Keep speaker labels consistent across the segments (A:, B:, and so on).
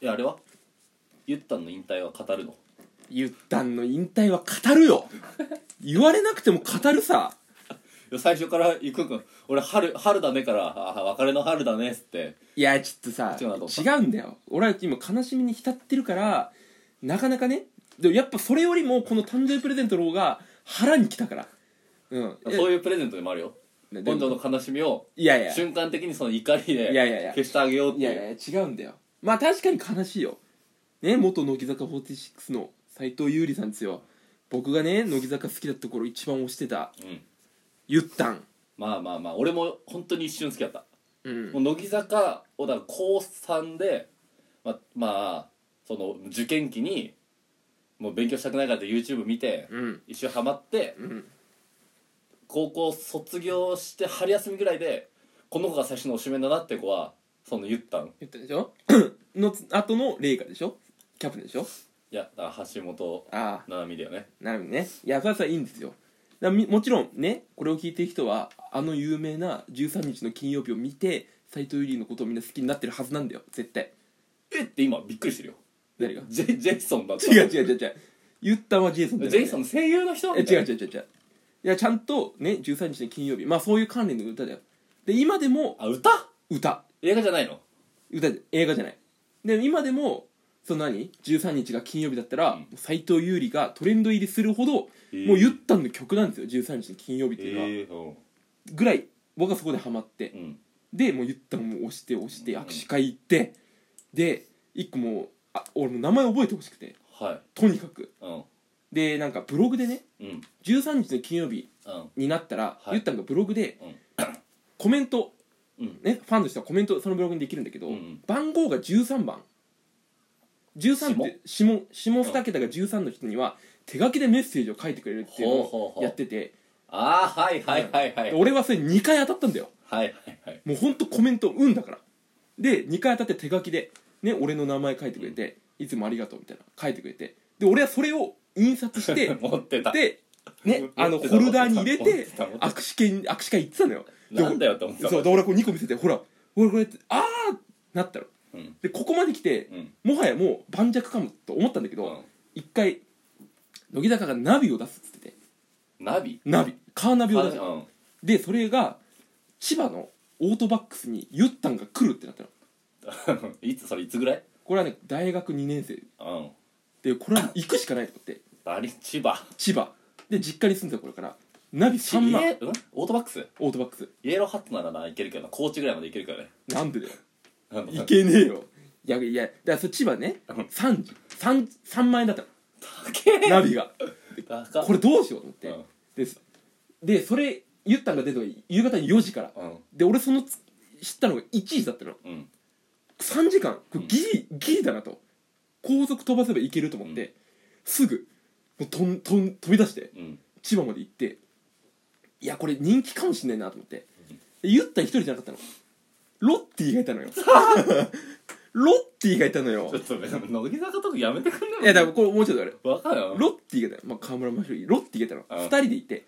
A: えあれはゆったんの引退は語るの
B: ゆったんの引退は語るよ言われなくても語るさ
A: いや最初からゆっくんくん俺春春だねからあ別れの春だねっつって
B: いやちょっとさ
A: 違うなと思った
B: 違うんだよ俺は今悲しみに浸ってるからなかなかねでもやっぱそれよりもこの誕生日プレゼントの方が腹にきたからうん
A: そういうプレゼントでもあるよ
B: えで
A: 今度
B: も
A: の悲しみを
B: いやいや
A: 瞬間的にその怒りで
B: いやいやいや
A: 消してあげようって
B: い
A: いう
B: やいや違うんだよまあ確かに悲しいよね元乃木坂46の斎藤優里さんですよ僕がね乃木坂好きだった頃一番推してた
A: うん
B: ゆったん
A: まあまあまあ俺も本当に一瞬好きだった、
B: うん
A: もう乃木坂をだから高3でままあその受験期にもう勉強したくないからって YouTube 見て、
B: うん
A: 一瞬ハマって
B: うん
A: 高校卒業して春休みぐらいでこの子が最初のおしめだなって子はその言ったんい
B: 言ったでしょ のつ後の麗華でしょキャプテンでしょ
A: やだから橋本
B: ああ
A: 七海だよね
B: なるほどねいやそれはそれはいいんですよだからみもちろんねこれを聞いてる人はあの有名な13日の金曜日を見て斎藤由里のことをみんな好きになってるはずなんだよ絶対
A: えって今びっくりしてるよ
B: 誰が
A: ジェジェイソンだった
B: 違う違う違う違う言ったはジェイソンだよ
A: ジェイソンの声優の人
B: え違う
A: う
B: 違う違う違ういやちゃんとね13日の金曜日まあそういう関連の歌だよで今でも
A: あ歌
B: 歌
A: 映画じゃないの
B: 歌じゃ映画じゃないで今でもその何13日が金曜日だったら
A: うん
B: 斎、藤優里がトレンド入りするほど、
A: へえ
B: もう言ったんの曲なんですよ13日の金曜日っていうのは、
A: えー
B: ぐらい僕はそこでハマって、
A: うん
B: でもう言ったらもう押して押して
A: うん
B: 握手会行って、で一個もうあ俺も名前覚えてほしくて
A: はい
B: とにかく
A: うん
B: でなんかブログでね
A: うん
B: 13日の金曜日
A: うん
B: になったら、
A: はい
B: ゆったんがブログで、
A: うん
B: コメント、
A: うん
B: ね、ファンの人はコメントそのブログにできるんだけど、
A: うんうん
B: 番号が13番13って下下2桁が13の人には手書きでメッセージを書いてくれるっていうの
A: ほうほう
B: を
A: ほう
B: やってて
A: ああはいはいはいはい
B: で
A: はい
B: 俺はそれ2回当たったんだよ
A: はいはい
B: もうほんとコメント運だからで2回当たって手書きで、ね、俺の名前書いてくれて、いつもありがとうみたいな書いてくれてで俺はそれを印 刷して
A: 持ってた
B: で、
A: 持っ
B: ね
A: て、た
B: あ
A: 持
B: の
A: って
B: ホ
A: た
B: ルダーに入れ
A: 持っててた持ってた
B: 握手券握手会行ってたのよで
A: なんだよって思った
B: そうで俺こう2個見せてほら俺これってああなったの
A: うん
B: でここまで来て
A: うん
B: もはやもう盤石かもと思ったんだけ
A: う
B: ど
A: ん
B: 一回乃木坂がナビを出すっつってて
A: ナビ
B: ナビカーナビを出す
A: うん
B: でそれが千葉のオートバックスにゆったんが来るってなったの
A: いつそれいつぐらい
B: これはね大学2年生
A: うん
B: でこれは行くしかないと思って
A: あれ千葉
B: 千葉で実家に住んでた頃からナビ3
A: イ
B: 万
A: エうんオートバックス
B: オートバックス
A: イエローハットならないけるけどな高知ぐらいまでいけるけどね
B: なんでだよ
A: なん
B: い
A: か
B: けねえよいやいやだからそれ千葉ね
A: うん
B: 3 3 3万円だったの
A: け
B: ナビが
A: 高っ
B: これどうしようと思って、
A: うん
B: ですでそれゆったんが出たのが夕方4時から
A: うん
B: で俺そのつ知ったのが1時だったの
A: うん
B: 3時間これギリ、ギリだなと高速飛ばせばいけると思って、
A: う
B: すぐもうとんとん飛び出して
A: うん
B: 千葉まで行っていやこれ人気かもしんないなと思って
A: うん
B: でゆったん一人じゃなかったのロッティが いたのよロッティがいたのよ
A: ちょっとね乃木坂とかやめてくんない
B: いやだからこれもうちょっとあれ
A: わかるよ
B: ロッティがいたの、まあ、河村真宏ロッティがいた
A: う
B: の
A: ん
B: 2人でいて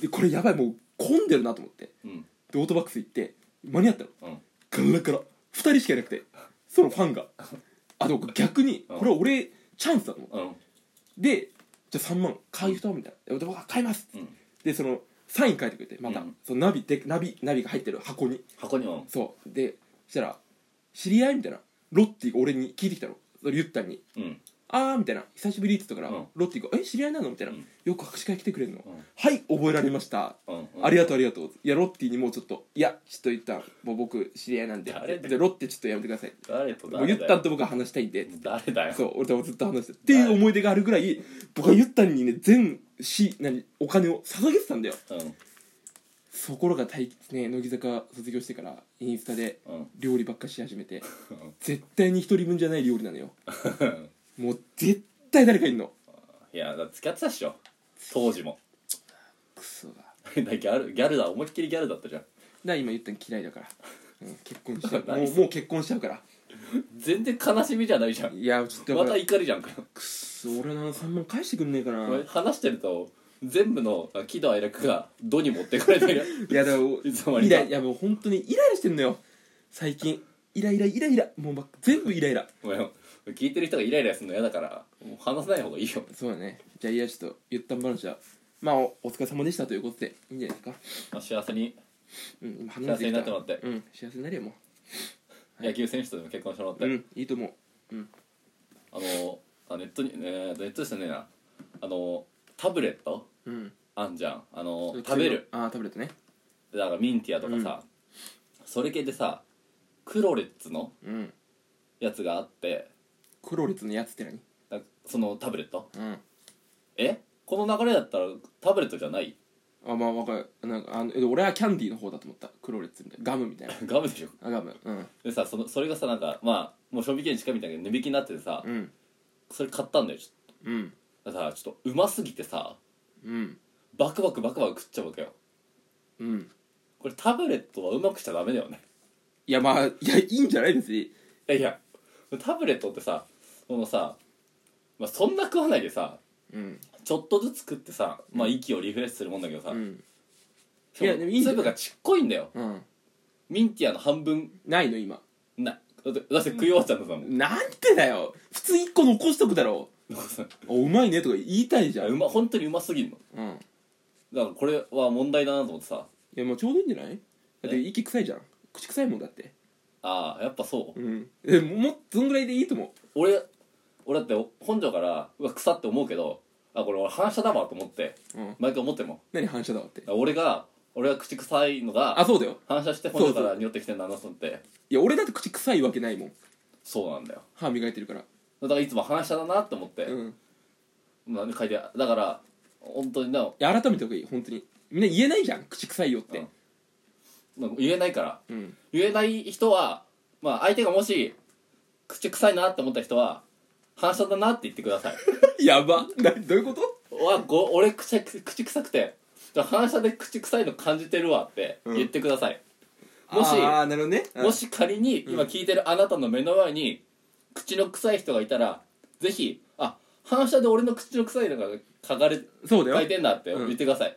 B: でこれやばいもう混んでるなと思って
A: うん
B: でオートバックス行って間に合ったの
A: うん
B: ガラガラ2人しかいなくてそのファンがあでも逆に
A: うん
B: これは俺チャンスだと思って
A: うん
B: でじゃあ3万買う人みたいな「で僕は買います」
A: うん
B: でそのサイン書いてくれてまた、
A: うん
B: そのナビでナビナビが入ってる箱に
A: 箱にも
B: そうでそしたら「知り合い?」みたいなロッティが俺に聞いてきたのそれ言ったに
A: うん
B: 「あー」みたいな「久しぶり」って言ったから、
A: うん
B: ロッティが「え知り合いなの?」みたいな、
A: うん
B: よく握手会来てくれるの、
A: うん
B: はい覚えられました、
A: うん
B: あり
A: が
B: がとうありがとういやロッティにもうちょっと「いやちょっと言ったもう僕知り合いなんで
A: 誰だよ
B: でロッテちょっとやめてください」
A: とう誰と
B: もう
A: 誰
B: 言っ
A: だ
B: たん
A: よ
B: と僕は話したいんで
A: 誰だよ
B: そう俺とずっと話してっていう思い出があるぐらい僕はゆったんにね全し何お金を捧げてたんだよ
A: うん
B: そころが大ね乃木坂卒業してからインスタで
A: うん
B: 料理ばっかし始めて
A: ん
B: 絶対に一人分じゃない料理なの よもう絶対誰かいんの
A: いやだから付き合ってたっしょ当時も
B: クソだ
A: だ
B: だか
A: からギャルギャルだ思いっきりギャルだったじゃん
B: ら今ゆったん嫌いだから、うん、結婚し ちゃうも
A: 何
B: うもう結婚しちゃうから
A: 全然悲しみじゃないじゃん
B: いやちょっとや
A: ま
B: っぱ
A: た怒りじゃんか
B: くっそ俺の3万返してくんねえかな
A: これ話してると全部のあ喜怒哀楽が「 ど」に持ってかれてる
B: いやだから
A: いつの間に
B: イ
A: か
B: ライいやもう本当にイライラしてんのよ最近イライライライラもうま全部イライラ
A: ごめん聞いてる人がイライラするの嫌だからもう話さない方がいいよ
B: そうだねじゃあいやちょっと言ったん話はまあおお疲れ様でしたということでいいんじゃないですか
A: まあ幸せに
B: うん今
A: 幸せになっても
B: 話
A: らって
B: てきたうん幸せになるよも
A: 野球選手とでも結婚してもらって、
B: ううんいいと思ううん
A: あのあネットに、えーネットですねえなあのタブレット
B: うん
A: あんじゃんあの食べる
B: ああ食べるとね
A: だからミンティアとかさ、それ系でさクロレッツの
B: うん
A: やつがあって
B: クロレツのやつって何
A: なんかそのタブレット
B: うん
A: えこの流れだったらタブレットじゃない
B: あまあわかるなんかあのえ俺はキャンディーの方だと思ったクロレツみたいなガムみたいな
A: ガムでしょ
B: あガムうん
A: でさそのそれがさなんかまあもう賞味期限近いみたいな値引きになっててさ、
B: うん
A: それ買ったんだよち
B: う
A: ょ
B: ん
A: っとだからさちょっとうますぎてさ
B: うん
A: バクバクバクバク食っちゃうわけよ
B: うん
A: これタブレットはうまくしちゃダメだよね
B: いやまあいやいいんじゃない別に
A: いやいやタブレットってさそのさ、まあ、そんな食わないでさ
B: うん
A: ちょっとずつ食ってさ、まあ、息をリフレッシュするもんだけどさ、
B: うん
A: しかも
B: いやでもいいんだよ
A: 粒がちっこいんだよ
B: うん
A: ミンティアの半分
B: ないの今
A: なだってだって食い終わっちゃったんだもん
B: なんてだよ普通一個残しとくだろ
A: い
B: あうまいねとか言いたいじ
A: や
B: ゃ
A: うんま本当にうますぎんの
B: うん
A: だからこれは問題だなと思ってさ
B: いやもうちょうどいいんじゃないだって
A: え
B: 息臭いじゃん口臭いもんだって
A: ああやっぱそう
B: うんえももうそんぐらいでいいと思
A: 俺俺だって本庄からうわ草って思うけどあこれ俺反射だわと思って
B: ううん
A: 毎回思っても
B: 何反射だわって
A: 俺が俺が口臭いの
B: あ
A: が
B: そうだよ
A: 反射して本庄から匂ってきてんだなと思って
B: いや俺だって口臭いわけないもん
A: そうなんだよ
B: 歯磨いてるから
A: だからいつも反射だなって思って、
B: うん
A: まあ書いてだから本当にない
B: や改めた方がいい本当にみんな言えないじゃん口臭いよって
A: なんか言えないから
B: うん
A: 言えない人はまあ相手がもし口臭いなって思った人は反射だなって言ってください
B: やばなどういうこと
A: わご俺口口臭くて反射で口臭いの感じてるわって言ってください、もし
B: ああなるほどねうん
A: もし仮に今聞いてるあなたの目の前に口の臭い人がいたらぜひあ反射で俺の口の臭いのが書かれ
B: そうだ
A: 書い
B: よ
A: てんだって言ってください、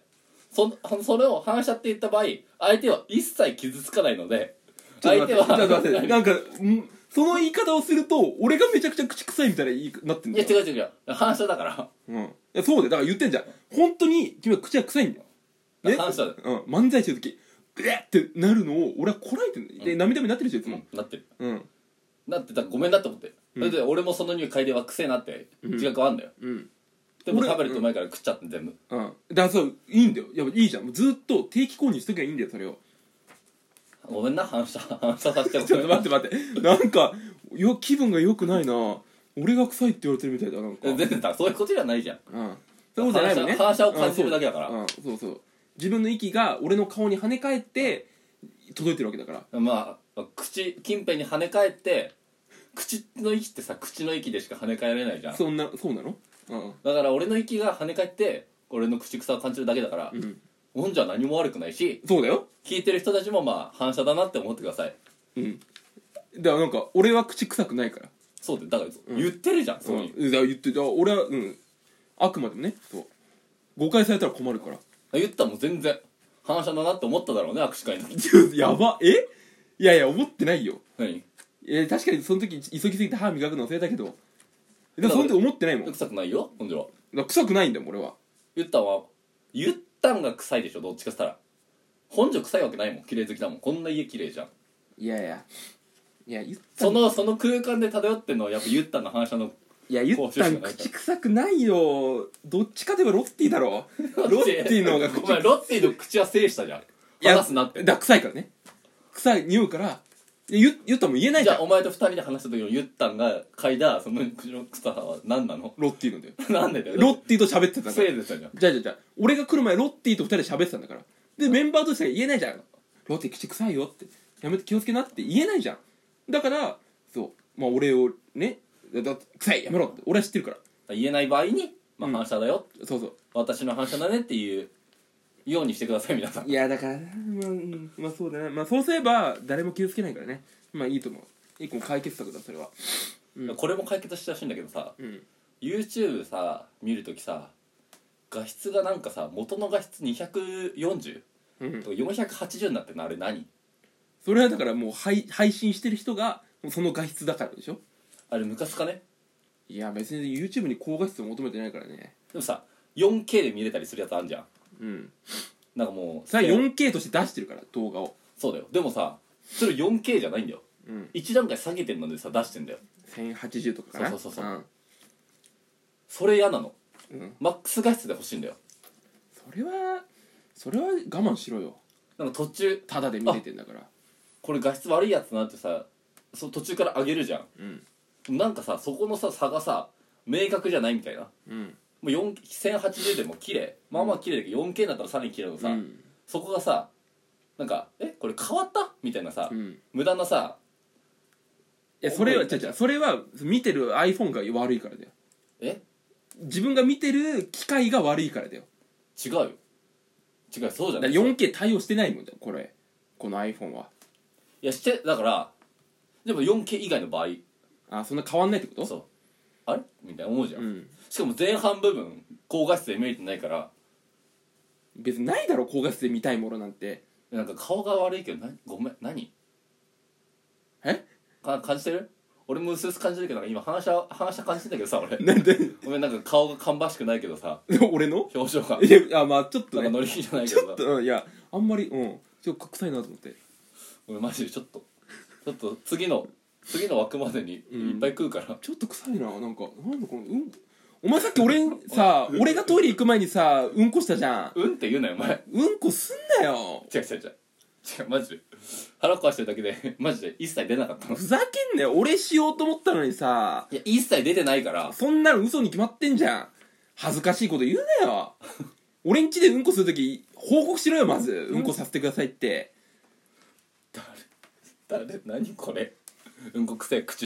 A: そそれを反射って言った場合相手は一切傷つかないので
B: ちょ
A: 相
B: っと待
A: 手
B: って
A: は
B: ちょっと待 ってなんかうんその言い方をすると俺がめちゃくちゃ口臭いみたいな言いなってん
A: い
B: だ
A: や違
B: よ
A: う違う違う反射だから
B: うんいやそうだよだから言ってんじゃん本当に君は口が臭いんだよね
A: 反射だよ
B: うん漫才してる時うえってなるのを俺はこらえてんだよで涙目になってるでしょいつも
A: なってる
B: うん
A: なってたらごめんなって思って、だって俺もその匂い嗅いではくせえなって自覚はあんだよ、
B: うん
A: でも
B: 俺
A: 食べると前から食っちゃって全部
B: うんだからそういいんだよやっぱいいじゃんもうずっと定期購入しときゃいいんだよそれを
A: ごめんな反射 反射させても
B: ちょっと待って待ってなんかよ気分が良くないな俺が臭いって言われてるみたいだなんか
A: 全然だそういうことじゃないじゃん
B: うんそういうことじゃないもんね
A: 反射反射を感じてるだけだから
B: うんそう,、うん、そうそう自分の息が俺の顔に跳ね返って届いてるわけだから
A: まあ口近辺に跳ね返って口の息ってさ口の息でしか跳ね返れないじゃん
B: そんなそうなのうん
A: だから俺の息が跳ね返って俺の口臭を感じるだけだから、
B: うん
A: もんじゃ何も悪くないし
B: そうだよ
A: 聞いてる人たちもまあ反射だなって思ってください
B: うんだからなんか俺は口臭くないから
A: そうでだから言ってるじゃん、そううんに
B: だから言ってだから俺はうんあくまでもねそう誤解されたら困る から
A: 言ったらもう全然反射だなって思っただろうね握手会の時
B: やばえいやいや思ってないよ
A: 何
B: えー確かにその時急ぎすぎて歯磨くの忘れたけどでもその時思ってないもんだか
A: 臭くないよほんじゃ
B: ら臭くないんだもん俺は
A: 言ったんは言ったんが臭いでしょどっちかしたら本庄臭いわけないもん綺麗好きだもんこんな家綺麗じゃん
B: いやいやいや言った
A: そのその空間で漂ってんのはやっぱ言ったんの反射の
B: いや言ったん口臭くないよどっちかといえばロッティ だろロッティの方が口
A: お前ロッティの口は制したじゃん
B: いや
A: 話すなって
B: だ臭いからね臭い匂うからいや言言ったもん言えない
A: じ
B: じゃ
A: ゃ
B: ん
A: あお前と二人で話した時のゆったんが嗅いだその口の臭さは何なの
B: ロッティのだよ
A: なんでだよ
B: ロッティと喋ってたから
A: せいでたじゃん
B: じゃあじゃあじゃあ俺が来る前ロッティと二人で喋ってたんだからでメンバーとしては言えないじゃんロッティ口臭いよってやめて気をつけなって言えないじゃんだからそうまあ俺をねだだって臭いやめろって俺は知ってるから
A: 言えない場合に、まあ、
B: うん
A: 反射だよ、
B: そうそう
A: 私の反射だねっていうようにしてください皆さん
B: いやだからまあ、うんまあ、そうだねまあそうすれば誰も傷つけないからねまあいいと思う一個の解決策だそれはうん
A: これも解決してほしいんだけどさ
B: うん
A: YouTube さ見るときさ画質がなんかさ元の画質240
B: うん
A: とか480になってるのあれ何
B: それはだからもう配配信してる人がその画質だからでしょ
A: あれムカつかね
B: いや別に YouTube に高画質を求めてないからね
A: でもさ 4K で見れたりするやつあんじゃん
B: うん
A: なんかもう
B: それは 4K として出してるから動画を
A: そうだよでもさそれ 4K じゃないんだよ
B: うん
A: 1段階下げてるのでさ出してんだよ
B: 1080とかかな
A: そうそうそうそうそれ嫌なの
B: うん、うん、
A: マックス画質で欲しいんだよ
B: それはそれは我慢しろよ
A: なんか途中
B: タダで見れてんだから
A: これ画質悪いやつなってさそ途中から上げるじゃ
B: うん
A: んなんかさそこのさ差がさ明確じゃないみたいな
B: うん
A: もう4 1080でも綺麗まあまあ綺麗だけど 4K になったらさらに綺麗なのさ、
B: うん
A: そこがさなんか「えこれ変わった?」みたいなさ、
B: うん
A: 無駄なさ
B: いやそれは
A: 重い
B: じゃじゃそれは見てる iPhone が悪いからだよ
A: 「え
B: 自分が見てる機械が悪いからだよ
A: 違うよ違うそうじゃ
B: だ
A: な
B: か
A: い
B: ら 4K 対応してないもんだよこれこの iPhone はい
A: やしてだからでも 4K 以外の場合
B: あそんな変わんないってこと
A: そうあれみたいな思うじゃん、
B: ん
A: しかも前半部分高画質で見えてないから
B: 別にないだろ高画質で見たいものなんて
A: なんか顔が悪いけどなごめん何
B: え
A: か感じてる俺もうすうす感じてるけどなんか今反射反射感じてんだけどさ俺
B: なんで
A: ごめんなんか顔が芳しくないけどさ
B: 俺の
A: 表情が
B: いやあまあちょっと
A: なんか
B: ね
A: 乗り気じゃないけ
B: ちょ
A: ど
B: っ
A: さ
B: とうんいやあんまりうんちょっと臭いなと思って
A: 俺マジでちょっとちょっと次の次の枠までに
B: ん
A: いっぱい食うから、
B: ちょっと臭いななんかなんだこのうんお前さっき俺さ俺がトイレ行く前にさうんこしたじゃん
A: うん、って言うなよお前
B: うんこすんなよ
A: 違う違う違う違うマジで腹壊してるだけでマジで一切出なかったのい
B: ふざけんなよ俺しようと思ったのにさ
A: や一切出てないから
B: そんなの嘘に決まってんじゃん恥ずかしいこと言うなよ俺ん家でうんこするとき報告しろよまずうんこさせてくださいって
A: 誰何これうんこくせえ口